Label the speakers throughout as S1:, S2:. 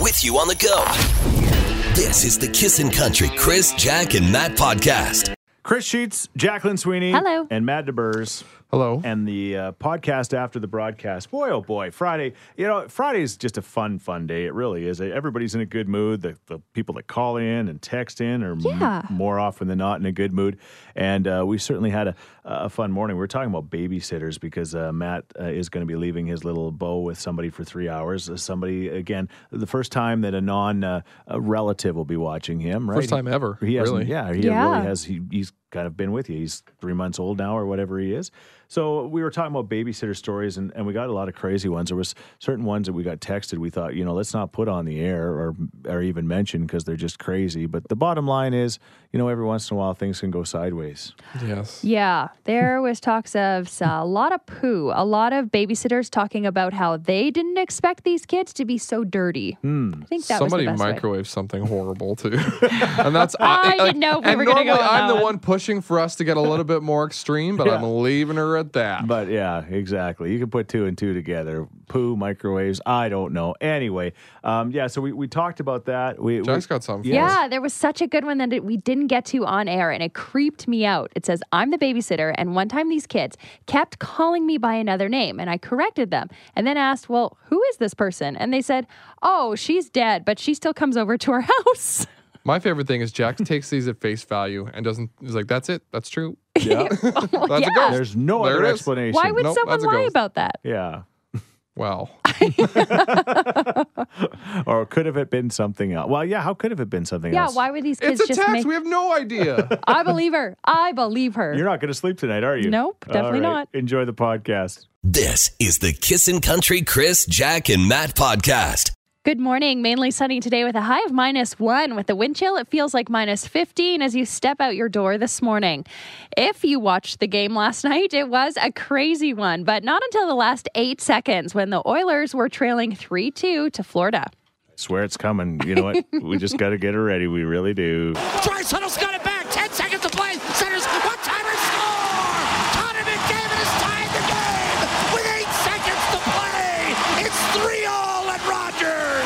S1: with you on the go. This is the Kissin' Country Chris, Jack, and Matt podcast.
S2: Chris Sheets, Jacqueline Sweeney,
S3: Hello.
S2: and Matt DeBurs,
S4: Hello.
S2: and the uh, podcast after the broadcast. Boy, oh boy, Friday! You know, Friday's just a fun, fun day. It really is. Everybody's in a good mood. The, the people that call in and text in are m-
S3: Yeah.
S2: more often than not in a good mood. And uh, we certainly had a, a fun morning. We were talking about babysitters because uh, Matt uh, is going to be leaving his little beau with somebody for three hours. Uh, Somebody again, the first time that a non uh, a relative will be watching him. Right?
S4: First time ever,
S2: He hasn't-
S4: really.
S2: Yeah, yeah, he
S3: Yeah.
S2: really has. He, he's kind of been with you. He's three months old now, or whatever he is. So we were talking about babysitter stories, and, and we got a lot of crazy ones. There was certain ones that we got texted. We thought, you know, let's not put on the air or or even mention because they're just crazy. But the bottom line is, you know, every once in a while things can go sideways.
S4: Yes.
S3: Yeah, there was talks of s- a lot of poo, a lot of babysitters talking about how they didn't expect these kids to be so dirty. I think that
S4: Hmm. Somebody
S3: was the best way.
S4: microwaved something horrible too, and that's
S3: I didn't know we
S4: and
S3: were gonna go
S4: normally
S3: with
S4: I'm
S3: that
S4: the
S3: one.
S4: one pushing for us to get a little bit more extreme, but
S2: Yeah.
S4: I'm leaving her at that.
S2: But yeah, exactly. You can put two and two together. Poo, microwaves. I don't know. Anyway, um, yeah. So we, we talked about that. We, we
S4: Jack's got something. for us.
S3: Yeah, there was such a good one that it, we didn't get to on air, and it creeped me out. It says, I'm the babysitter, and one time these kids kept calling me by another name, and I corrected them and then asked, Well, who is this person? And they said, Oh, she's dead, but she still comes over to our house.
S4: My favorite thing is Jack takes these at face value and doesn't. He's like, "That's it. That's true." Yeah. that's a
S3: yeah.
S4: ghost.
S2: there's no
S4: There
S2: other
S4: it is.
S2: explanation.
S3: Why would
S4: Nope,
S3: someone
S4: that's a
S3: lie
S4: ghost.
S3: about that?
S2: yeah.
S4: Wow.
S2: Or could have it been something else? Well, yeah. How could have it been something
S3: Yeah,
S2: else?
S3: why were these kids
S4: It's a
S3: just
S4: text.
S3: make-
S4: We have no idea.
S3: I believe her. I believe her.
S2: You're not going to sleep tonight, are you?
S3: Nope, definitely
S2: All right.
S3: not.
S2: Enjoy the podcast.
S1: This is the Kissin' Country Chris, Jack, and Matt podcast.
S3: Good morning. Mainly sunny today with a high of minus one. With the wind chill, it feels like minus 15 as you step out your door this morning. If you watched the game last night, it was a crazy one, but not until the last eight seconds when the Oilers were trailing 3 2 to Florida.
S2: Swear it's coming. You know what? we just got to get her ready. We really do.
S5: Bryce Huddle's got it back. Ten seconds to play. Centers one timer score. Connor McDavid has tied the game with eight seconds to play. It's three all at Rogers.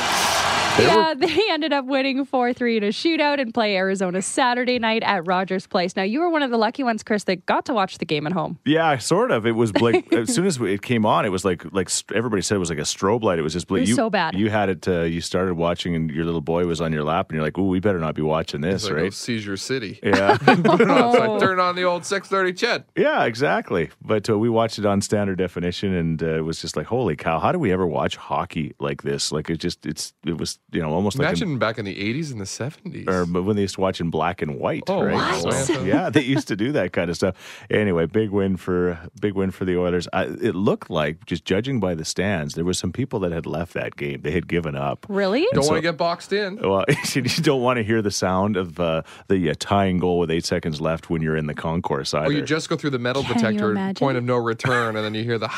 S3: Yeah, they ended up winning 4 3 in a shootout and play Arizona Saturday night at Rogers Place. Now, you were one of the lucky ones, Chris, that got to watch the game at home.
S2: Yeah, sort of. It was like as soon as it came on, it was like like st- everybody said it was like a strobe light. It was just bl-
S3: It was
S2: you
S3: so bad.
S2: You had it. Uh, you started watching, and your little boy was on your lap, and you're like, "Ooh, we better not be watching this,
S4: It's like, oh,
S2: right?"
S4: seizure city.
S2: Yeah,
S4: It's
S3: Oh.
S4: like, turn on the old 6:30 Chet.
S2: yeah, exactly. But uh, we watched it on standard definition, and uh, it was just like, "Holy cow! How do we ever watch hockey like this?" Like it just, it's, it was, you know, almost like an-
S4: Imagine back in the 80s and the 70s.
S2: or but when they used to watch in black and white,
S4: Oh,
S2: right?
S4: what? Wow.
S2: yeah, they used to do that kind of stuff. Anyway, big win for big win for the Oilers. I, it looked like, just judging by the stands, there was some people that had left that game. They had given up.
S3: Really?
S4: Don't
S2: so-
S4: want to get boxed in.
S2: Well, you don't want to hear the sound of uh, the uh, tying goal with eight seconds left when you're in the concourse either.
S4: Or you just go through the metal
S3: Can you
S4: detector
S3: imagine?
S4: point of no return, and then you hear the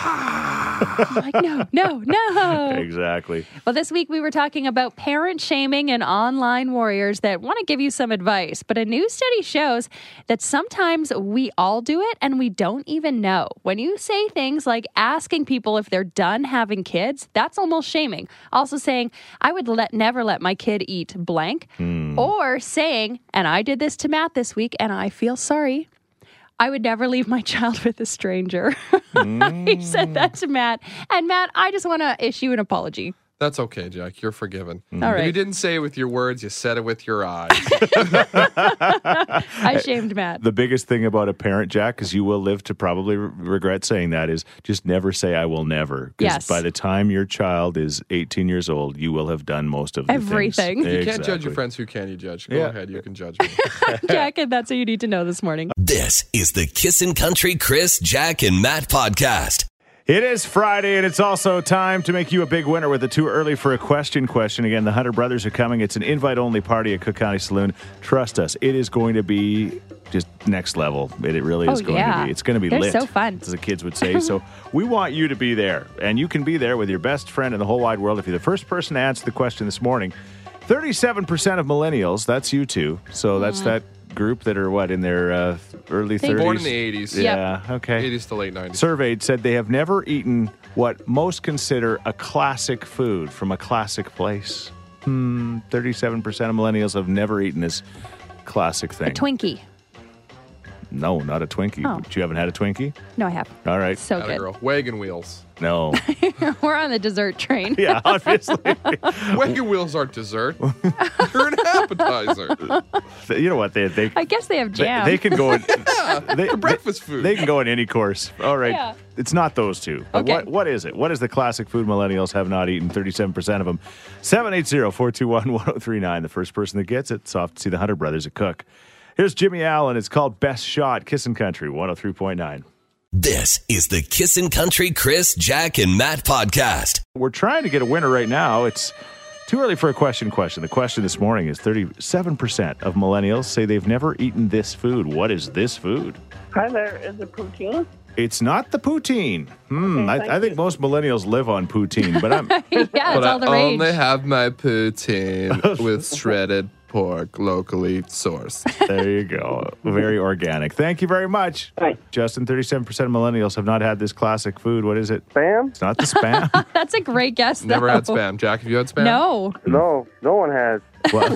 S3: I'm like, no, no, no.
S2: exactly.
S3: Well, this week we were talking about parent shaming and online warriors that want to give you some advice. But a new study shows that sometimes we all do it and we don't even know. When you say things like asking people if they're done having kids, that's almost shaming. Also saying, I would let never let my kid eat blank, or saying, and I did this to Matt this week and I feel sorry. I would never leave my child with a stranger. he said that to Matt. And Matt, I just want to issue an apology.
S4: That's okay, Jack. You're forgiven.
S3: All
S4: If
S3: right.
S4: You didn't say it with your words, you said it with your eyes.
S3: I shamed Matt.
S2: The biggest thing about a parent, Jack, is you will live to probably re- regret saying that is just never say "I will never." Because
S3: Yes.
S2: by the time your child is 18 years old, you will have done most of the things.
S3: Everything. You
S4: You can't judge your
S2: Exactly.
S4: friends. Who can you judge? Go
S2: Yeah.
S4: ahead. You can judge me.
S3: Jack, and that's what you need to know this morning.
S1: This is the Kissin' Country Chris, Jack, and Matt podcast.
S2: It is Friday, and it's also time to make you a big winner with the too early for a question question. Again, the Hunter Brothers are coming. It's an invite only party at Cook County Saloon. Trust us, it is going to be just next level. It, it really is
S3: Oh,
S2: going to
S3: yeah.
S2: be. It's going to be
S3: They're
S2: lit.
S3: so fun.
S2: As the kids would say. so we want you to be there, and you can be there with your best friend in the whole wide world if you're the first person to answer the question this morning. 37% of millennials, that's you two. So that's that group that are what, in their uh, early 30s?
S3: Mm. Thank you.
S4: Born in the 80s.
S2: Yeah, okay
S4: 80s to late 90s.
S2: surveyed said they have never eaten what most consider a classic food from a classic place. hmm, 37% of millennials have never eaten this classic thing.
S3: Twinkie.
S2: no, not a Twinkie.
S3: Oh.
S2: But you haven't had a Twinkie?
S3: No, I have.
S2: All right.
S3: So
S4: Atta girl. Wagon wheels.
S2: no.
S3: good. We're on the dessert train.
S2: yeah, obviously.
S4: Wagon wheels aren't dessert. They're an appetizer.
S2: you know what? They, they,
S3: I guess they have
S2: they,
S3: jam.
S2: they can go in, they,
S4: They're breakfast food.
S2: They can go in any course. All right.
S3: Yeah.
S2: It's not those two. But
S3: Okay.
S2: What, what is it? What is the classic food millennials have not eaten? 37% of them. 780-421-1039. The first person that gets it. It's off to see the Hunter Brothers at Cook. Here's Jimmy Allen. It's called Best Shot, Kissin' Country, 103.9.
S1: This is the Kissin' Country Chris, Jack, and Matt podcast.
S2: We're trying to get a winner right now. It's too early for a question question. The question this morning is 37% of millennials say they've never eaten this food. What is this food?
S6: Hi there, is it poutine?
S2: It's not the poutine. Hmm.
S6: thank
S2: I, I think
S6: you.
S2: most millennials live on poutine, but I'm
S3: yeah, it's all
S4: but
S3: the
S2: um,
S4: I
S3: rage.
S4: only have my poutine with shredded pork, locally sourced.
S2: there you go. Very organic. Thank you very much.
S6: Hi.
S2: Justin, 37% of millennials have not had this classic food. What is it?
S7: Spam?
S2: It's not the spam.
S3: That's a great guess.
S4: Never
S3: though.
S4: had spam. Jack, have you had spam?
S3: No,
S7: No, no one has.
S2: well,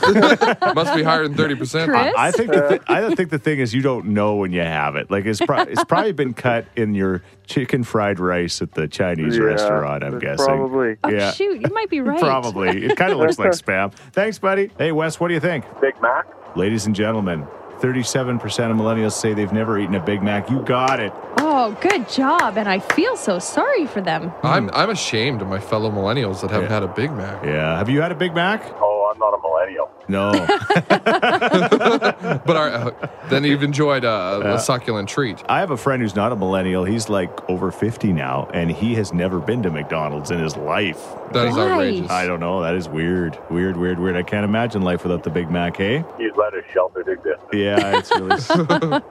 S4: Must be higher than 30%.
S3: Chris?
S2: I think the
S7: Uh.
S2: th- I think the thing is you don't know when you have it. Like it's pro- it's probably been cut in your chicken fried rice at the Chinese
S7: Yeah,
S2: restaurant. I'm
S7: that's
S2: guessing.
S7: uh, Probably.
S3: Oh,
S2: Yeah.
S3: shoot, you might be right.
S2: Probably. It kind of looks like spam. Thanks, buddy. Hey, Wes, what do you think?
S7: Big Mac?
S2: Ladies and gentlemen, 37% of millennials say they've never eaten a Big Mac. You got it.
S3: Oh, good job. And I feel so sorry for them.
S4: I'm, I'm ashamed of my fellow millennials that haven't
S2: Yeah.
S4: had a Big Mac.
S2: Yeah. Have you had a Big Mac?
S7: Oh, I'm not a millennial.
S2: No.
S4: But our, uh, then you've enjoyed uh, a succulent treat.
S2: I have a friend who's not a millennial. He's like over 50 now, and he has never been to McDonald's in his life.
S4: That is
S3: Why?
S4: outrageous.
S2: I don't know. That is weird. Weird, weird, weird. I can't imagine life without the Big Mac, hey?
S7: He's led a sheltered existence.
S2: Yeah, it's really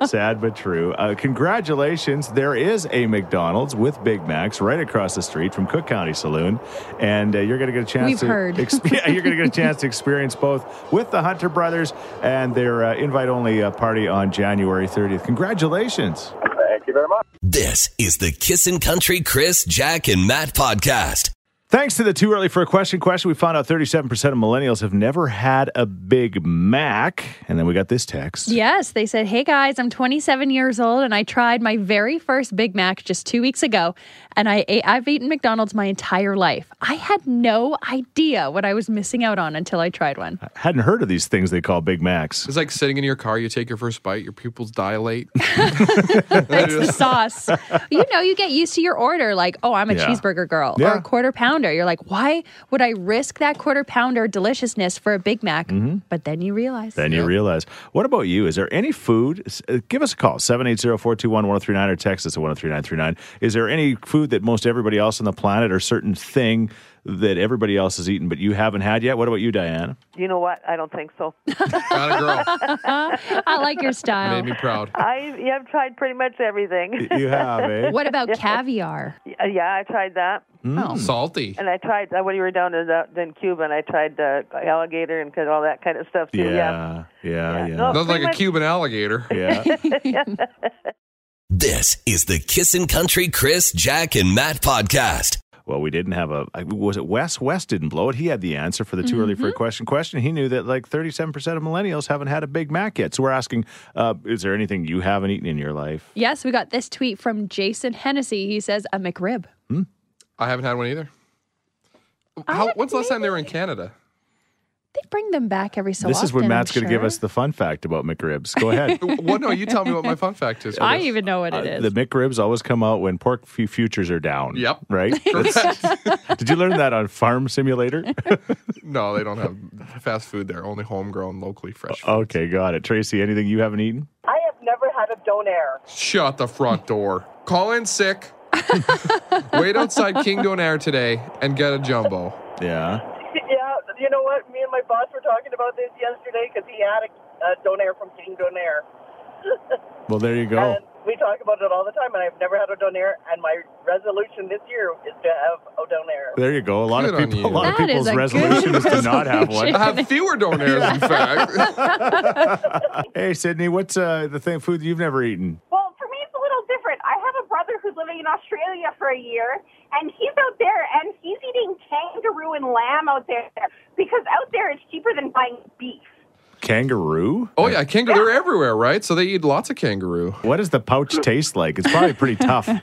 S2: s- sad but true. Uh, congratulations. There is a McDonald's with Big Macs right across the street from Cook County Saloon. And uh, you're going to get a chance
S3: We've
S2: to
S3: heard.
S2: ex- yeah, you're going to get a chance to experience both with the Hunter brothers and their uh, invite only uh, party on January 30th. Congratulations.
S7: Thank you very much.
S1: This is the Kissin' Country Chris, Jack, and Matt podcast.
S2: Thanks to the too early for a question question, we found out 37% of millennials have never had a Big Mac. And then we got this text.
S3: Yes, they said, Hey guys, I'm 27 years old and I tried my very first Big Mac just two weeks ago. And I ate, I've eaten McDonald's my entire life. I had no idea what I was missing out on until I tried one.
S2: Hadn't heard of these things they call Big Macs.
S4: It's like sitting in your car, you take your first bite, your pupils dilate.
S3: It's the sauce. You know, you get used to your order like, oh, I'm a
S2: Yeah.
S3: cheeseburger girl or
S2: Yeah.
S3: a quarter pounder. You're like, why would I risk that quarter pounder deliciousness for a Big Mac? But then you realize.
S2: Mm-hmm. Then you realize. What about you? Is there any food? s- uh, Give us a call, 780-421-1039 or text us at 103939. Is there any food that most everybody else on the planet or certain thing that everybody else has eaten but you haven't had yet? What about you, Diana?
S6: You know what? I don't think so.
S4: Got a girl.
S3: I like your style.
S4: Made me proud.
S6: I yeah, I've tried pretty much everything.
S2: You have, eh?
S3: What about caviar?
S6: yeah, I tried that,
S2: Hmm.
S3: Oh.
S4: Salty.
S6: and I tried that when you were down in, uh, in Cuba, and I tried uh, alligator and all that kind of stuff too.
S2: Yeah, yeah, yeah.
S6: No,
S4: Nothing like
S6: pretty
S4: a
S6: much-
S4: Cuban alligator.
S2: Yeah.
S1: This is the Kissin' Country Chris, Jack, and Matt podcast.
S2: Well, we didn't have a. I- Was it Wes? Wes didn't blow it. He had the answer for the too
S3: Mm-hmm.
S2: early for a question question. He knew that like 37% of millennials haven't had a Big Mac yet. So we're asking, uh, is there anything you haven't eaten in your life?
S3: Yes, we got this tweet from Jason Hennessy. He says, a McRib.
S4: I haven't had one either. How, when's the last time they were in Canada?
S3: They bring them back every so
S2: this
S3: often.
S2: is when Matt's
S3: going
S2: going to give us the fun fact about McRibs. Go ahead.
S4: What? No, you tell me what my fun fact is.
S3: I
S4: Chris.
S3: even know what it
S2: Uh,
S3: is.
S2: the McRibs always come out when pork f- futures are down.
S4: Yep.
S2: Right? Did you learn that on Farm Simulator?
S4: No, they don't have fast food there. Only homegrown, locally fresh. Food.
S2: okay, got it. Tracy, anything you haven't eaten?
S8: I have never had a donair.
S4: Shut the front door. Call in sick. Wait outside King Donair today and get a jumbo.
S2: Yeah.
S8: yeah, you know what? Me and my boss were talking about this yesterday because he had a, a donair from King Donair.
S2: Well, there you go.
S8: And we talk about it all the time, and I've never had a donair. And my resolution this year is to have a donair.
S2: There you go. A lot of
S4: Good on
S2: people, a
S4: you.
S2: lot of
S3: That
S2: people's
S3: is a good
S2: resolution is to not have one.
S4: I have fewer donairs, in fact.
S2: Hey, Sydney, what's uh, the thing food you've never eaten?
S9: Well, for me, it's a little different. I have a brother who's living in Australia for a year, and he's out there and he's eating kangaroo and lamb out there because out there it's cheaper than buying beef.
S2: Kangaroo?
S4: Oh yeah, kangaroo. They're everywhere, right? So they eat lots of kangaroo
S2: What does the pouch taste like? It's probably pretty tough. Uh,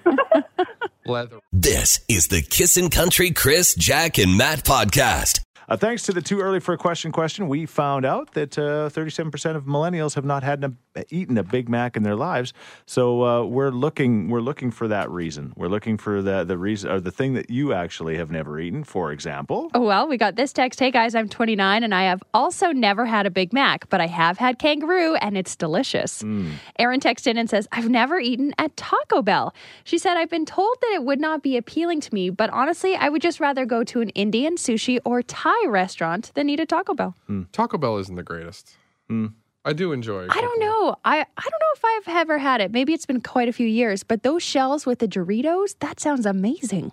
S4: leather.
S1: This is the Kissin' Country Chris, Jack, and Matt podcast.
S2: Uh, thanks to the too early for a question question, we found out that uh, 37% of millennials have not had a, eaten a Big Mac in their lives. So uh, we're looking we're looking for that reason. We're looking for the the reason or the thing that you actually have never eaten, for example.
S3: Oh, Well, we got this text. Hey guys, I'm 29 and I have also never had a Big Mac, but I have had kangaroo and it's delicious.
S2: Mm.
S3: Erin texts in and says, I've never eaten at Taco Bell. She said, I've been told that it would not be appealing to me, but honestly, I would just rather go to an Indian sushi or Thai restaurant than eat a Taco Bell.
S4: Taco Bell isn't the greatest.
S2: Hmm.
S4: I do enjoy.
S3: I don't know. I, I don't know if I've ever had it. Maybe it's been quite a few years, but those shells with the Doritos, that sounds amazing.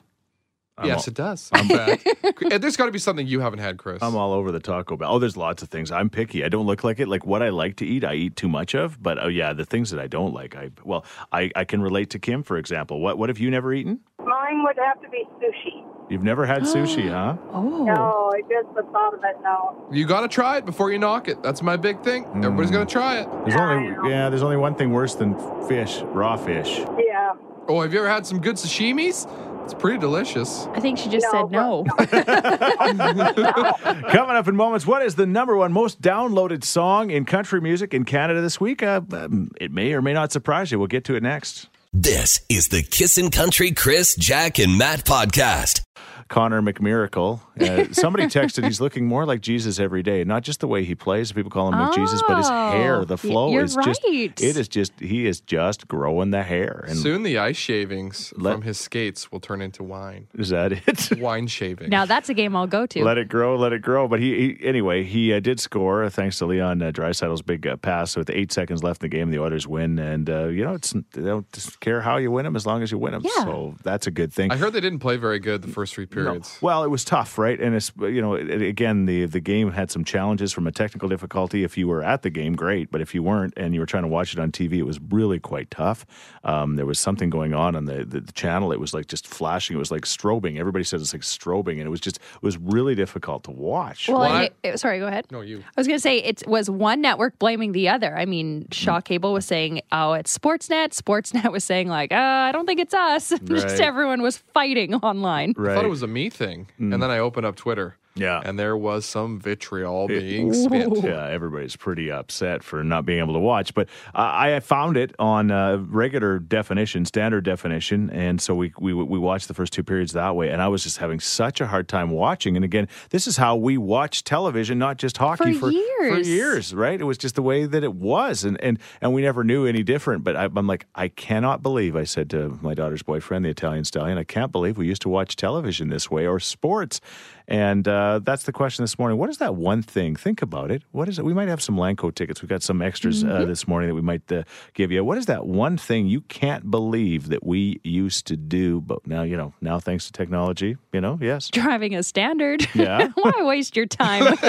S4: Yes, it does. I'm back. And There's got to be something you haven't had, Chris.
S2: I'm all over the Taco Bell. Oh, there's lots of things. I'm picky. I don't look like it. Like what I like to eat, I eat too much of. But oh yeah, the things that I don't like, I well, I, I can relate to Kim, for example. What what have you never eaten?
S9: Mine would have to be sushi.
S2: You've never had sushi, huh?
S3: Oh.
S9: No, I just the thought of it. No,
S4: You got to try it before you knock it. That's my big thing. Everybody's
S2: Mm.
S4: going to try it.
S2: There's only yeah, there's only one thing worse than fish, raw fish.
S9: yeah.
S4: Oh, have you ever had some good sashimis? It's pretty delicious.
S3: I think she just
S9: No,
S3: said
S9: but-
S3: no.
S2: Coming up in moments, what is the number one most downloaded song in country music in Canada this week? Uh, um, it may or may not surprise you. We'll get to it next.
S1: This is the Kissin' Country Chris, Jack, and Matt podcast.
S2: Connor McMiracle. Uh, somebody texted he's looking more like Jesus every day. Not just the way he plays. People call him McJesus, but his hair, the
S3: Oh, y-
S2: flow
S3: you're
S2: is just
S3: right.
S2: it is just he is just growing the hair. And
S4: Soon the ice shavings
S2: Let-
S4: from his skates will turn into wine.
S2: is that it?
S4: Wine shaving.
S3: now that's a game I'll go to.
S2: Let it grow, let it grow. But he, he anyway, he uh, did score uh, thanks to Leon uh, Drysaddle's big uh, pass. With eight seconds left in the game, the Oilers win, and uh, you know it's they don't just care how you win them as long as you win them.
S3: Yeah.
S2: So that's a good thing.
S4: I heard they didn't play very good the first three
S2: No.
S4: periods.
S2: Well, it was tough, right? And it's you know it, again the the game had some challenges from a technical difficulty. If you were at the game, great, but if you weren't and you were trying to watch it on TV, it was really quite tough. Um, there was something going on on the, the, the channel. It was like just flashing. It was like strobing. Everybody said it's like strobing, and it was just it was really difficult to watch.
S3: well,
S4: Well,
S3: and
S4: I-
S3: it- it- sorry, go ahead.
S4: No, you.
S3: I was going to say it was one network blaming the other. I mean,
S2: Mm-hmm.
S3: Shaw Cable was saying, "Oh, it's Sportsnet." Sportsnet was saying, "Like, uh, I don't think it's us."
S2: Right.
S3: Just everyone was fighting online.
S4: I
S2: right? Mm.
S4: thought it was a me thing. And then I opened up Twitter.
S2: Yeah.
S4: And there was some vitriol being spit.
S2: Yeah, everybody's pretty upset for not being able to watch. But uh, I found it on uh, regular definition, standard definition, and so we, we we watched the first two periods that way. And I was just having such a hard time watching. And again, this is how we watch television, not just hockey for
S3: For years.
S2: years, right? It was just the way that it was, and and and we never knew any different. But I, I'm like, I cannot believe. I said to my daughter's boyfriend, the Italian stallion, I can't believe we used to watch television this way or sports. And uh, that's the question this morning. What is that one thing? Think about it. What is it? We might have some Lanco tickets. We've got some extras uh, this morning that we might uh, give you. What is that one thing you can't believe that we used to do? But now, you know, now thanks to technology, you know, yes.
S3: Driving a standard.
S2: Yeah.
S3: Why waste your time?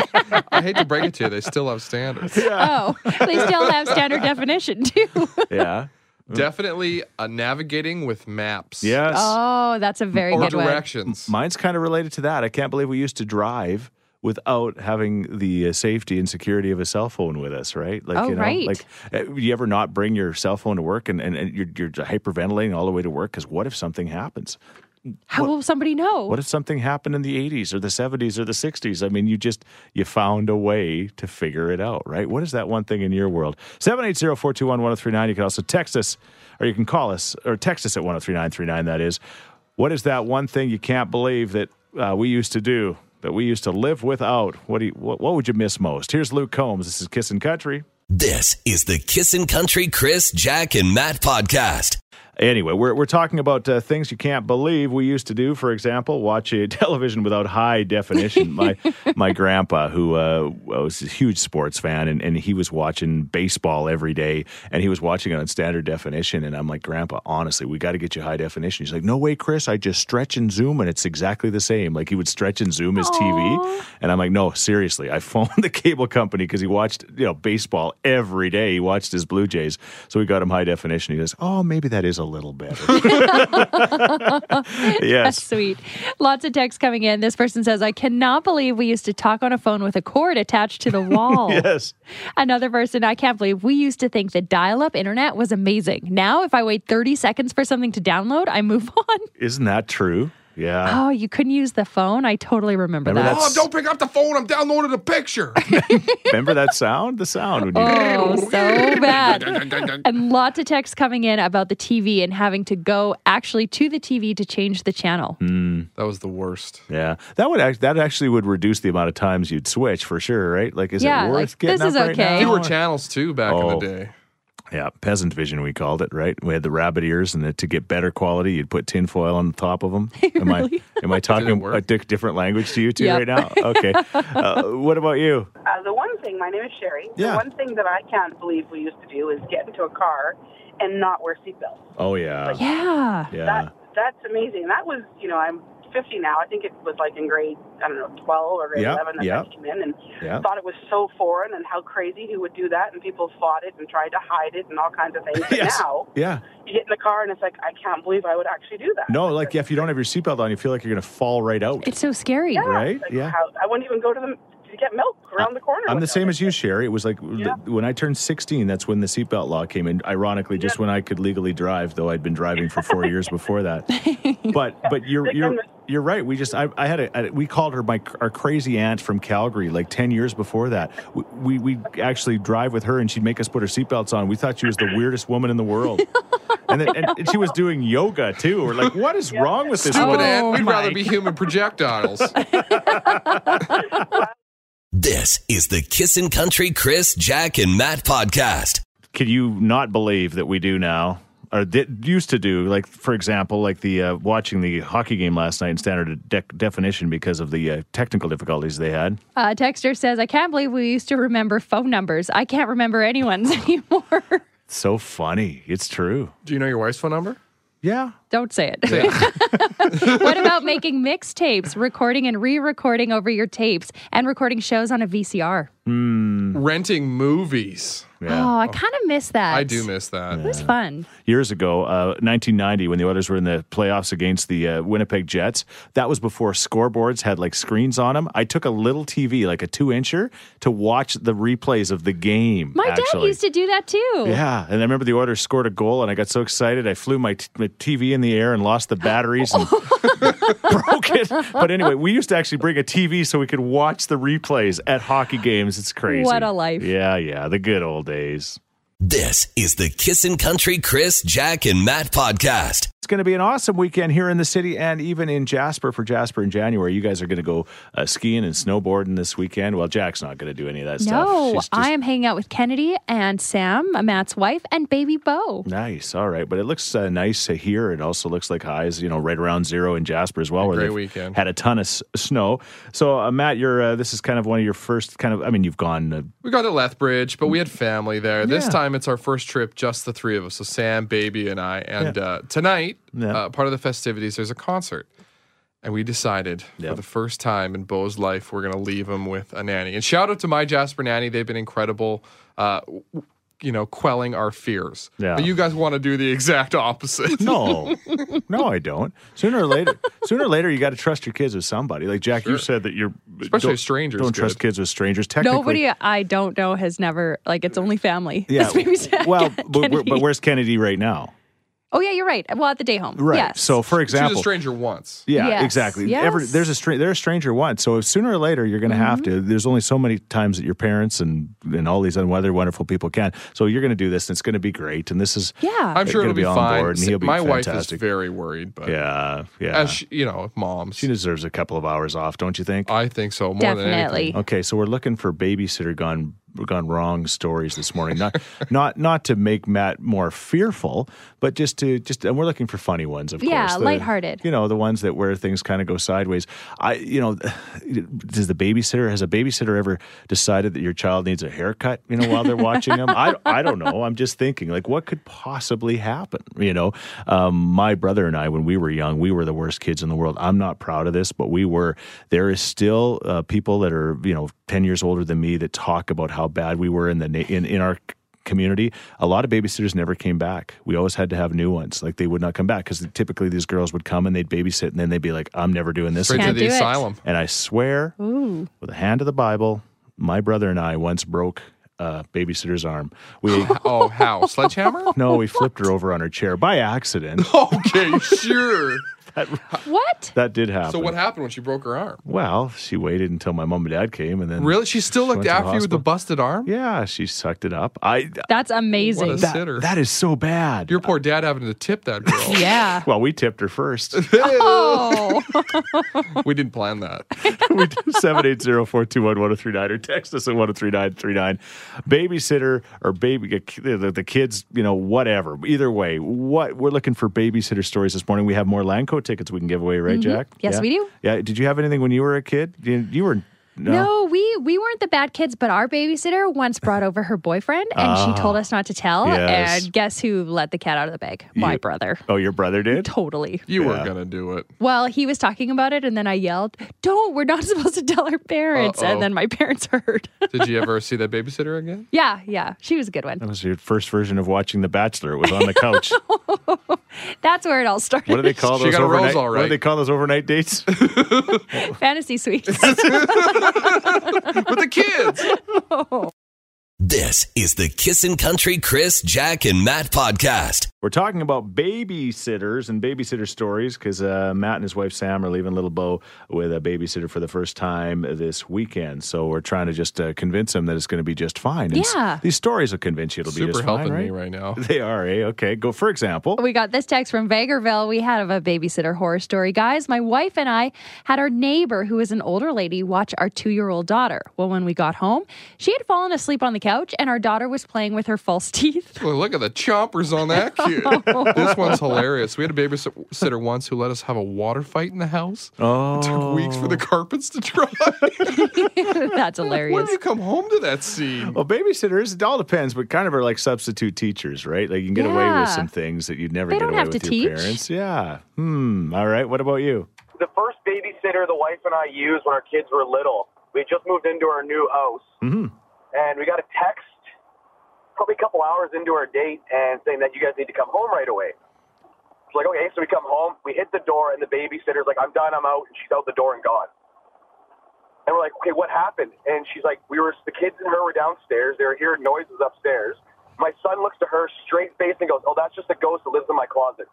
S4: I hate to break it to you. They still have standards.
S3: oh, they still have standard definition too.
S2: Yeah.
S4: Definitely a navigating with maps.
S2: yes.
S3: Oh, that's a very
S4: Or
S3: good one.
S4: directions.
S2: Mine's kind of related to that. I can't believe we used to drive without having the uh, safety and security of a cell phone with us, right? Like,
S3: Oh,
S2: you know,
S3: right.
S2: like uh, you ever not bring your cell phone to work and, and, and you're, you're hyperventilating all the way to work because what if something happens?
S3: How will somebody know?
S2: What if something happened in the 80s or the 70s or the 60s? I mean, you just, you found a way to figure it out, right? What is that one thing in your world? 780-421-1039. You can also text us or you can call us or text us at 103939, that is. What is that one thing you can't believe that uh, we used to do, that we used to live without? What, do you, what, what would you miss most? Here's Luke Combs. This is Kissin' Country.
S1: This is the Kissin' Country Chris, Jack, and Matt podcast.
S2: Anyway, we're, we're talking about uh, things you can't believe we used to do. For example, watch uh, television without high definition. My my grandpa, who uh, was a huge sports fan, and, and he was watching baseball every day, and he was watching it on standard definition. And I'm like, Grandpa, honestly, we got to get you high definition. He's like, No way, Chris. I just stretch and zoom, and it's exactly the same. Like he would stretch and zoom his TV, and I'm like, No, seriously. I phoned the cable company because he watched you know baseball every day. He watched his Blue Jays, so we got him high definition. He goes, Oh, maybe that is a little better. yes.
S3: That's sweet. Lots of texts coming in. This person says, I cannot believe we used to talk on a phone with a cord attached to the wall.
S2: Yes.
S3: Another person, I can't believe we used to think that dial up internet was amazing. Now, if I wait 30 seconds for something to download, I move on.
S2: Isn't that true? Yeah.
S3: Oh, you couldn't use the phone? I totally remember,
S2: Remember
S3: that.
S2: That's-
S4: Mom, Oh, don't pick up the phone. I'm downloading a picture.
S2: Remember that sound? The sound when you
S3: Oh, so bad. And lots of texts coming in about the TV and having to go actually to the TV to change the channel.
S4: That was the worst.
S2: Yeah, that would act, that actually would reduce the amount of times you'd switch for sure, right? Like, is
S3: Yeah,
S2: it worth
S3: like,
S2: getting
S3: this
S2: up
S3: is
S2: right
S3: okay.
S2: now?
S4: Fewer channels too back in
S2: Oh.
S4: the day.
S2: yeah, peasant vision we called it, right? We had the rabbit ears, and to get better quality, you'd put tin foil on the top of them. Am I am I talking
S4: work?
S2: a di- different language to you two
S3: Yep.
S2: right now? Okay, uh, what about you?
S8: Uh, the one thing, my name is Sherry.
S2: Yeah.
S8: The one thing that I can't believe we used to do is get into a car and not wear seatbelts.
S2: Oh yeah,
S3: Yeah.
S2: yeah,
S8: That that's amazing. That was, you know, I'm 50 now. I think it was like in grade, I don't know, 12 or grade
S2: Yeah,
S8: 11 that
S2: yeah.
S8: I came in and
S2: yeah.
S8: thought it was so foreign and how crazy who would do that and people fought it and tried to hide it and all kinds of things. But
S2: Yes.
S8: now
S2: Yeah,
S8: you get in the car and it's like I can't believe I would actually do that.
S2: no, like if you don't have your seatbelt on, you feel like you're gonna fall right out.
S3: It's so scary.
S8: Yeah,
S2: right?
S8: like,
S2: Yeah.
S8: how, I wouldn't even go to the to get milk around the corner.
S2: I'm the
S8: without
S2: same
S8: it.
S2: as you, Sherry. It was like
S8: Yeah.
S2: th- when I turned 16, that's when the seatbelt law came in. Ironically, just when I could legally drive, though I'd been driving for four years before that. But but you're you're you're right. We just I, I had a I- we called her my our crazy aunt from Calgary like 10 years before that. We we would actually drive with her and she'd make us put our seatbelts on. We thought she was the weirdest woman in the world. And, then, and, and she was doing yoga too. We're like, what is wrong with this
S4: Stupid
S3: Oh,
S2: woman?
S4: ant. We'd
S3: my
S4: rather be human projectiles.
S1: This is the Kissin' Country Chris, Jack, and Matt podcast.
S2: Can you not believe that we do now or did, used to do like for example like the uh, watching the hockey game last night in standard de- definition because of the uh, technical difficulties they had
S3: Uh, Texter says, I can't believe we used to remember phone numbers. I can't remember anyone's anymore.
S2: so funny it's true
S4: Do you know your wife's phone number?
S2: yeah
S3: Don't say it. what about making mixtapes, recording and re recording over your tapes, and recording shows on a VCR?
S2: Mm.
S4: Renting movies.
S2: yeah
S3: Oh, I kind of miss that.
S4: I do miss that.
S3: It was fun.
S2: years ago uh, 1990 when the oilers were in the playoffs against the uh, winnipeg jets that was before scoreboards had like screens on them i took a little tv like a two incher to watch the replays of the game
S3: My dad
S2: actually.
S3: used to do that too.
S2: Yeah, and I remember the order scored a goal, and I got so excited I flew my, t- my TV in the air and lost the batteries and broke it. But anyway, we used to actually bring a TV so we could watch the replays at hockey games. It's crazy.
S3: What a life.
S2: Yeah, yeah, the good old days.
S1: This is the Kissin' Country Chris, Jack, and Matt podcast.
S2: It's going to be an awesome weekend here in the city and even in Jasper for Jasper in January. You guys are going to go uh, skiing and snowboarding this weekend. Well, Jack's not going to do any of that stuff.
S3: No,
S2: She's just-
S3: I am hanging out with Kennedy and Sam, Matt's wife, and baby Bo.
S2: Nice. All right. But it looks uh, nice uh, here. It also looks like highs, you know, right around zero in Jasper as well, where
S4: great
S2: they've
S4: weekend.
S2: had a ton of s- snow. So, uh, Matt, you're, uh, this is kind of one of your first kind of, I mean, you've gone, uh,
S4: We got to Lethbridge, but we had family there. This
S2: Yeah.
S4: time it's our first trip, just the three of us. So Sam, baby, and I. And uh, tonight,
S2: Yeah.
S4: uh, part of the festivities, there's a concert. And we decided
S2: Yeah.
S4: for the first time in Bo's life, we're going to leave him with a nanny. And shout out to my Jasper nanny. They've been incredible, uh, w- you know, quelling our fears.
S2: Yeah.
S4: But you guys want to do the exact opposite.
S2: no, no, I don't. Sooner or later, sooner or later, you got to trust your kids with somebody. Like, Jack, you said that you're,
S4: Especially
S2: don't-
S4: with strangers,
S2: Don't
S4: good.
S2: trust kids with strangers. Technically,
S3: Nobody I don't know has never, like, it's only family.
S2: Yeah.
S3: That's baby Sam.
S2: Well, but, where-
S3: Kennedy.
S2: but where's Kennedy right now?
S3: oh, yeah, you're right. Well, at the day home.
S2: Right.
S3: Yes.
S2: So, for
S4: She was a
S2: example,
S4: stranger once.
S2: Yeah,
S3: Yes.
S2: exactly.
S3: Yes. Mm-hmm.
S2: Every, there's a stra- they're a stranger once, so sooner or later you're going to have to. There's only so many times that your parents and and all these other wonderful people can. So you're going to do this, and it's going to be great. And this is
S3: Yeah.
S4: I'm sure
S2: gonna
S4: it'll be,
S2: be on
S4: fine.
S2: board and he'll be
S4: my wife
S2: fantastic.
S4: is very worried, but
S2: yeah, yeah.
S4: as she, you know, moms,
S2: she deserves a couple of hours off, don't you think?
S4: I think so more than anything.
S3: Definitely.
S2: Okay, so we're looking for babysitter gone gone wrong stories this morning. Not not not to make Matt more fearful, but just to just and we're looking for funny ones, of
S3: Yeah,
S2: course. The-
S3: lighthearted.
S2: You know, the ones that where things kind of go sideways. I you know, does the babysitter has a babysitter ever decided that your child needs a haircut, you know, while they're watching them? I I don't know. I'm just thinking like what could possibly happen, you know? Um, my brother and I when we were young, we were the worst kids in the world. I'm not proud of this, but we were there is still uh, people that are, you know, 10 years older than me that talk about how bad we were in the na- in in our community, a lot of babysitters never came back. We always had to have new ones. Like they would not come back because typically these girls would come and they'd babysit and then they'd be like, I'm never doing this.
S4: Straight
S2: again."
S4: to
S3: Can't
S4: the
S3: do it.
S4: asylum.
S2: And I swear,
S3: Ooh.
S2: with a hand of the Bible, my brother and I once broke a babysitter's arm. We
S4: Oh, how? Sledgehammer?
S2: no, we flipped her over on her chair by accident.
S4: okay, sure.
S3: What?
S2: That did happen.
S4: So what happened when she broke her arm?
S2: Well, she waited until my mom and dad came, and then
S4: Really? She still
S2: went
S4: looked
S2: to the
S4: after you with the
S2: hospital.
S4: busted arm?
S2: Yeah, she sucked it up. I
S3: That's
S4: What
S3: amazing.
S4: a- Sitter.
S2: that, that is so bad.
S4: Your poor dad having to tip that girl.
S3: yeah.
S2: well, we tipped her first.
S3: Oh.
S4: We didn't plan that.
S2: we do 780-421-1039 or text us at 103939. Babysitter or baby the, the, the kids, you know, whatever. Either way, what we're looking for babysitter stories this morning. We have more Lanco tickets we can give away, right, Jack?
S3: Mm-hmm. Yes,
S2: Yeah?
S3: we do.
S2: Yeah. Did you have anything when you were a kid? You, you were no.
S3: No, we we weren't the bad kids, but our babysitter once brought over her boyfriend, and she told us not to tell.
S2: Ah. yes.
S3: And guess who let the cat out of the bag? My
S2: You-
S3: brother.
S2: Oh, your brother did?
S3: Totally.
S4: You were
S2: Yeah.
S4: gonna do it.
S3: Well, he was talking about it, and then I yelled, "Don't! We're not supposed to tell our parents."
S4: Uh-oh.
S3: And then my parents heard.
S4: Did you ever see that babysitter again?
S3: yeah, yeah, she was a good one.
S2: That was your first version of watching The Bachelor. It was on the couch.
S3: That's where it all started.
S2: What do they call
S4: She
S2: those
S4: got a rose
S2: overnight?
S4: all
S2: What do
S4: right.
S2: they call those overnight dates?
S3: Fantasy suites.
S4: With the kids.
S1: This is the Kissin' Country Chris, Jack, and Matt podcast.
S2: We're talking about babysitters and babysitter stories because uh, Matt and his wife Sam are leaving little Bo with a babysitter for the first time this weekend. So we're trying to just uh, convince him that it's going to be just fine. And s-
S3: Yeah.
S2: these stories will convince you it'll be
S4: Super
S2: just
S4: helping
S2: fine, right?
S4: me right now.
S2: They are, eh? Okay. Go for example.
S3: We got this text from Vagerville. We had a babysitter horror story. Guys, my wife and I had our neighbor, who is an older lady, watch our two year old daughter. Well, when we got home, she had fallen asleep on the couch and our daughter was playing with her false teeth.
S4: Well, look at the chompers on that kid. this one's hilarious. We had a babysitter once who let us have a water fight in the house.
S2: Oh,
S4: It took weeks for the carpets to dry.
S3: That's
S4: when
S3: hilarious.
S4: do you come home to that scene?
S2: Well, babysitters, it all depends, but kind of are like substitute teachers, right? Like you can get away
S3: Yeah.
S2: with some things that you'd never
S3: They
S2: get
S3: don't
S2: away
S3: have
S2: with
S3: to
S2: your
S3: teach.
S2: parents. Yeah. Hmm. All right. What about you?
S7: The first babysitter the wife and I used when our kids were little, we just moved into our new house.
S2: Mhm.
S7: And we got a text probably a couple hours into our date and saying that you guys need to come home right away. It's like, okay, so we come home, we hit the door, and the babysitter's like, I'm done, I'm out, and she's out the door and gone. And we're like, okay, what happened? And she's like, we were, the kids and her were downstairs. They were hearing noises upstairs. My son looks to her straight face and goes, oh, that's just a ghost that lives in my closet.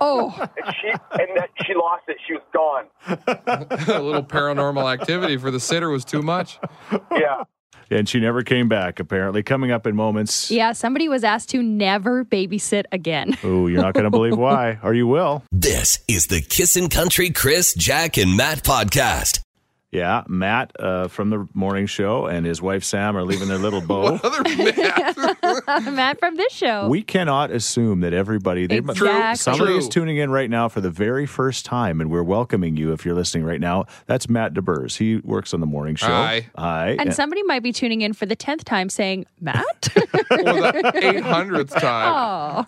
S3: oh,
S7: And she, and that she lost it. She was gone.
S4: a little paranormal activity for the sitter was too much.
S7: Yeah.
S2: And she never came back, apparently. Coming up in moments.
S3: yeah, somebody was asked to never babysit again.
S2: Ooh, you're not going to believe why, or you will.
S1: This is the Kissin' Country Chris, Jack, and Matt podcast.
S2: Yeah, Matt uh, from the morning show and his wife Sam are leaving their little bow.
S4: Other man.
S3: Matt from this show.
S2: we cannot assume that everybody. They, mu-
S3: Exactly.
S2: Somebody
S4: True.
S2: is tuning in right now for the very first time, and we're welcoming you if you're listening right now. That's Matt DeBurs. He works on the morning show.
S4: Hi.
S2: Hi.
S3: and somebody might be tuning in for the 10th time saying, Matt?
S4: Or the 800th time.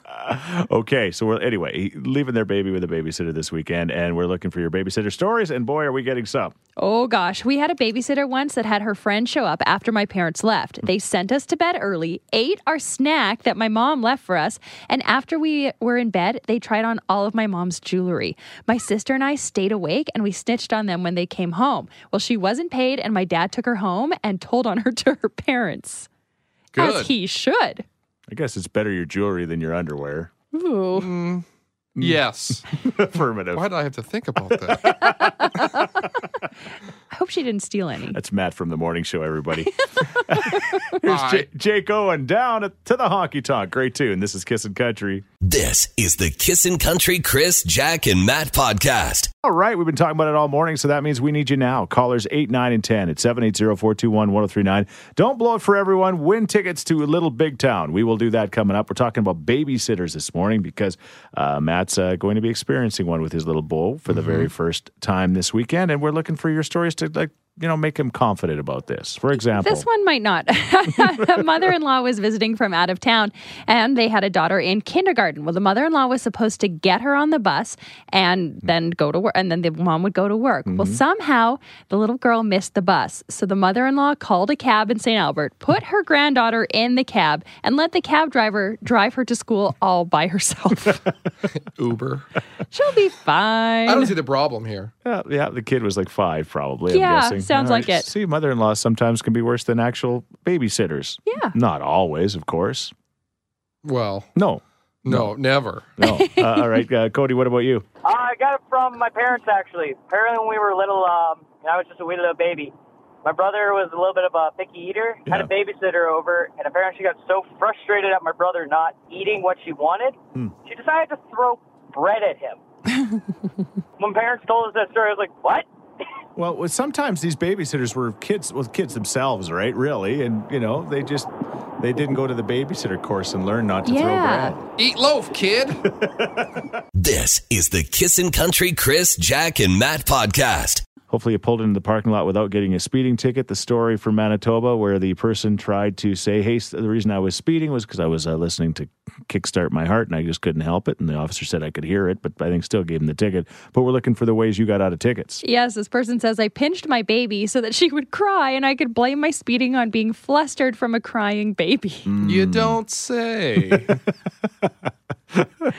S3: oh,
S2: Okay, so we're anyway leaving their baby with a babysitter this weekend, and we're looking for your babysitter stories. And boy, are we getting some!
S3: Oh gosh, we had a babysitter once that had her friend show up after my parents left. They sent us to bed early, ate our snack that my mom left for us, and after we were in bed, they tried on all of my mom's jewelry. My sister and I stayed awake and we snitched on them when they came home. Well, she wasn't paid and my dad took her home and told on her to her parents.
S4: Good.
S3: As he should.
S2: I guess it's better your jewelry than your underwear.
S3: Ooh. Oh.
S4: yes.
S2: Affirmative.
S4: Mm. Why did I have to think about that?
S3: I hope she didn't steal any.
S2: That's Matt from the morning show. Everybody. Here's
S4: Hi.
S2: J- Jake Owen down at, to the honky tonk. Great tune. This is Kissin' Country.
S1: This is the Kissin' Country Chris, Jack, and Matt podcast.
S2: All right, we've been talking about it all morning, so that means we need you now. Callers 8, 9, and 10 at 780-421-1039. Don't blow it for everyone. Win tickets to Little Big Town. We will do that coming up. We're talking about babysitters this morning because uh, Matt's uh, going
S3: Mm-hmm.
S2: to be experiencing one with his little bull for the very first time this weekend, and we're looking for your stories to like you know, make him confident about this. For example,
S3: This one might not. the mother in law was visiting from out of town and they had a daughter in kindergarten. Well, the mother in law was supposed to get her on the bus and then go to work, and then the mom would go to work. Well,
S4: Mm-hmm.
S3: somehow the little girl missed the bus. So the mother in law called a cab in St. Albert, put her granddaughter in the cab, and let the cab driver drive her to school all by herself.
S4: Uber.
S3: She'll be fine.
S4: I don't see the problem here.
S2: yeah, uh, yeah, the kid was like five, probably. I'm
S3: Yeah,
S2: guessing.
S3: sounds
S2: Yeah,
S3: like it.
S2: See, mother-in-law sometimes can be worse than actual babysitters.
S3: Yeah.
S2: not always, of course.
S4: Well,
S2: No,
S4: no, never.
S2: no. uh, all right, uh, Cody, what about you?
S8: Uh, I got it from my parents actually. Apparently, when we were little, um, I was just a wee little baby. My brother was a little bit of a picky eater. Had a
S2: Yeah.
S8: babysitter over, and apparently she got so frustrated at my brother not eating what she wanted, she decided to throw bread at him. when parents told us that story, I was like, "What?"
S2: Well, well, sometimes these babysitters were kids with kids themselves, right? Really, and you know they just they didn't go to the babysitter course and learn not to
S3: Yeah.
S2: throw bread.
S4: Eat loaf, kid.
S1: This is the Kissin' Country Chris, Jack, and Matt podcast.
S2: Hopefully, you pulled into the parking lot without getting a speeding ticket. The story from Manitoba, where the person tried to say, "Hey, s- the reason I was speeding was because I was uh, listening to Kickstart My Heart, and I just couldn't help it." And the officer said I could hear it, but I think still gave him the ticket. But we're looking for the ways you got out of tickets.
S3: Yes, this person says, I pinched my baby so that she would cry, and I could blame my speeding on being flustered from a crying baby.
S4: you don't say.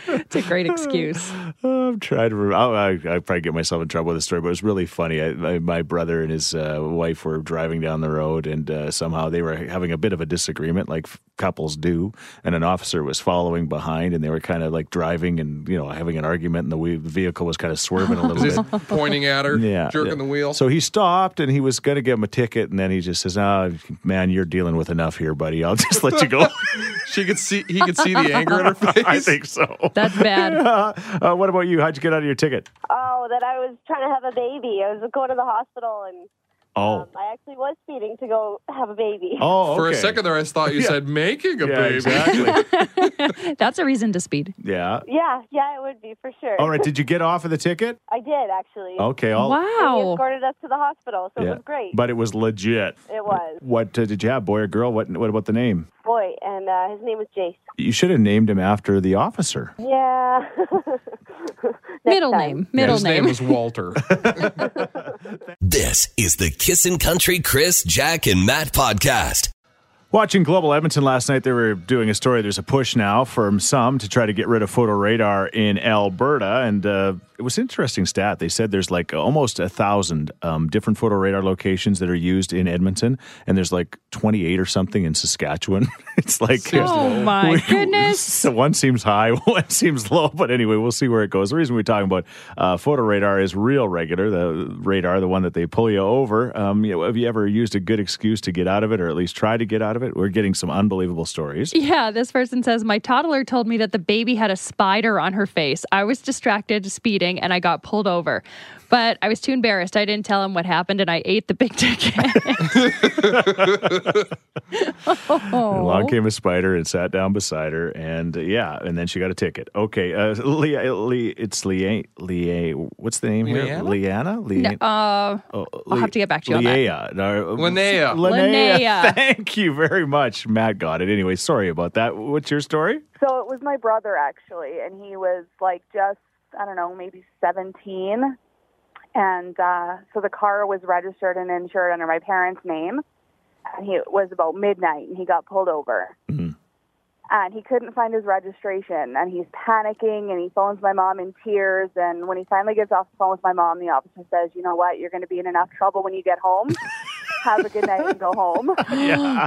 S3: It's a great excuse.
S2: Oh, I'm trying to remember. I, I, I probably get myself in trouble with this story, but it was really funny. I, my, my brother and his uh, wife were driving down the road, and uh, somehow they were having a bit of a disagreement, like f- couples do. And an officer was following behind, and they were kind of like driving and you know having an argument, and the, we- the vehicle was kind of swerving a little
S4: Just
S2: bit.
S4: pointing at her,
S2: Yeah,
S4: jerking
S2: yeah.
S4: the wheel.
S2: So he stopped, and he was going to give him a ticket, and then he just says, "Ah, man, you're dealing with enough here, buddy. I'll just let you go."
S4: she could see. He could see the anger in her face.
S2: I think so.
S3: That's bad.
S2: uh, what about you? How'd you get out of your ticket?
S9: Oh, that I was trying to have a baby. I was going to the hospital, and
S2: Oh.
S9: um, I actually was feeding to go have a baby.
S2: Oh,
S4: For a
S2: okay.
S4: second there, I thought you said making a
S2: Yeah,
S4: baby.
S2: exactly.
S3: That's a reason to speed.
S2: yeah.
S9: Yeah, yeah, it would be for sure.
S2: All right. Did you get off of the ticket?
S9: I did actually.
S2: Okay. All,
S9: He
S3: Wow.
S9: escorted us to the hospital, so it was great.
S2: But it was legit.
S9: it was
S2: What uh, did you have, boy or girl? What What about the name?
S9: boy, and uh, his name was Jace.
S2: You should have named him after the officer.
S9: Yeah. Next
S3: Middle
S9: time.
S3: name. Middle
S4: His
S3: name.
S4: name was Walter.
S1: This is the Kissin' Country Chris, Jack, and Matt podcast.
S2: Watching Global Edmonton last night, they were doing a story. There's a push now from some to try to get rid of photo radar in Alberta, and uh, it was an interesting stat. They said there's like almost a thousand um, different photo radar locations that are used in Edmonton, and there's like 28 or something in Saskatchewan. it's like
S3: oh my goodness.
S2: So one seems high, one seems low, but anyway, we'll see where it goes. The reason we're talking about uh, photo radar is real regular, the radar, the one that they pull you over. Um, you know, have you ever used a good excuse to get out of it, or at least try to get out of it? We're getting some unbelievable stories.
S3: Yeah, this person says, My toddler told me that the baby had a spider on her face. I was distracted speeding and I got pulled over. But I was too embarrassed. I didn't tell him what happened and I ate the big ticket.
S2: And
S3: oh.
S2: along came a spider and sat down beside her, and uh, yeah, and then she got a ticket. Okay, uh, Leah, Lee, it's Leah, Leah. What's the name here? Liana?
S4: Leanna?
S2: Leanna?
S3: Uh,
S2: Oh,
S3: I'll have to get back to you on that.
S2: on that.
S4: Linnea.
S3: Linnea.
S2: uh, Thank you very much. Matt got it. Anyway, sorry about that. What's your story?
S10: So it was my brother actually, and he was like just I don't know, maybe seventeen, and uh, so the car was registered and insured under my parents' name, and he it was about midnight, and he got pulled over. And he couldn't find his registration, and he's panicking, and he phones my mom in tears. And when he finally gets off the phone with my mom, the officer says, "You know what? You're going to be in enough trouble when you get home. Have a good night and go home."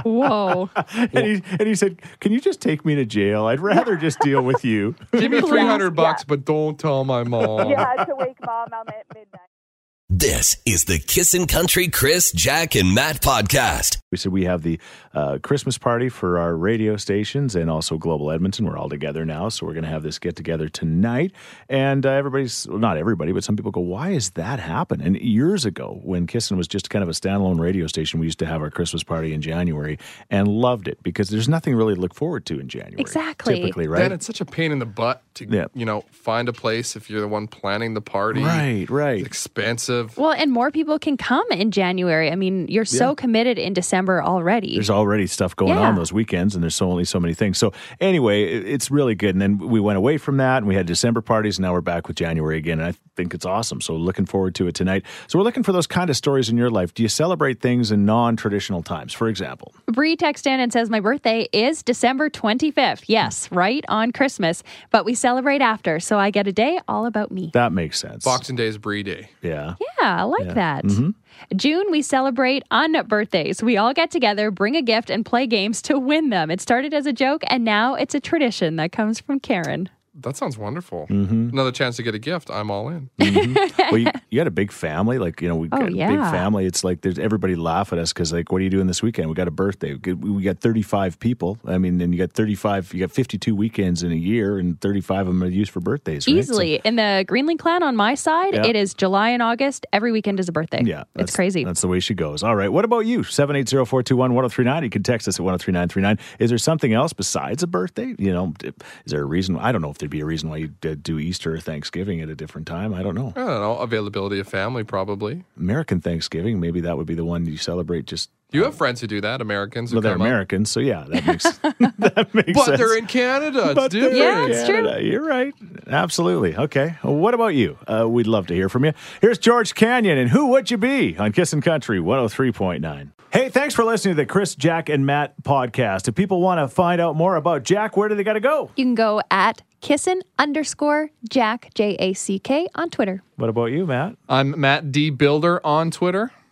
S3: Whoa.
S2: And he, and he said, Can you just take me to jail? I'd rather just deal with you.
S4: Give me three hundred bucks, but don't tell my mom.
S10: yeah, to wake mom up at midnight.
S1: This is the Kissin' Country Chris, Jack, and Matt podcast.
S2: We said we have the uh, Christmas party for our radio stations and also Global Edmonton. We're all together now, so we're going to have this get together tonight. And uh, everybody's well, not everybody, but some people go, "Why is that happen?" And years ago, when Kissin was just kind of a standalone radio station, we used to have our Christmas party in January and loved it because there's nothing really to look forward to in January.
S3: Exactly.
S2: Typically, right?
S4: Then it's such a pain in the butt to you know find a place if you're the one planning the party.
S2: Right, right.
S4: It's expensive.
S3: Well, and more people can come in January. I mean, you're so
S2: Yeah.
S3: committed in December already.
S2: There's already stuff going
S3: Yeah.
S2: on those weekends, and there's so only so many things. So anyway, it- it's really good. And then we went away from that, and we had December parties. And now we're back with January again, and I think it's awesome. So looking forward to it tonight. So we're looking for those kind of stories in your life. Do you celebrate things in non-traditional times? For example,
S3: Bree texts in and says, My birthday is December 25th. Yes, right on Christmas, but we celebrate after. So I get a day all about me.
S2: that makes sense.
S4: Boxing Day is Brie Day.
S2: Yeah.
S3: Yeah, I like
S2: Yeah.
S3: that.
S2: Mhm.
S3: June, we celebrate on birthdays. We all get together, bring a gift, and play games to win them. It started as a joke, and now it's a tradition that comes from Karen.
S4: That sounds wonderful.
S2: Mm-hmm.
S4: Another chance to get a gift. I'm all in.
S2: Mm. well, you, you got a big family, like you know, we
S3: Oh,
S2: got a big
S3: yeah.
S2: family. It's like there's everybody laugh at us because like, what are you doing this weekend? We got a birthday. We got- We got 35 people. I mean, then you got 35, you got 52 weekends in a year, and 35 of them are used for birthdays. right? So-
S3: Easily. In the Greenland clan on my side,
S2: Yeah.
S3: it is July and August. Every weekend is a birthday.
S2: Yeah.
S3: It's
S2: that's-
S3: crazy.
S2: That's the way she goes. All right. What about you? 780 421 1039. You can text us at 103939. Is there something else besides a birthday? You know, d- is there a reason? I don't know if there'd be a reason why you would do Easter or Thanksgiving at a different time. I don't know.
S4: I don't know. Availability of family, probably.
S2: American Thanksgiving, maybe that would be the one you celebrate just.
S4: You have friends who do that. Americans. Who
S2: Well, they're
S4: come up.
S2: Americans, so yeah, that makes that makes
S4: But
S2: sense.
S4: they're in Canada. It's
S2: But they're
S4: different.
S2: in Canada. You're right. Absolutely. Okay. Well, what about you? Uh, we'd love to hear from you. Here's George Canyon and Who Would You Be on Kissin' Country 103.9. Hey, thanks for listening to the Chris, Jack, and Matt podcast. If people want to find out more about Jack, where do they got to go?
S3: You can go at kissin underscore Jack, J A C K, on Twitter.
S2: What about you, Matt?
S4: I'm Matt D Builder on Twitter.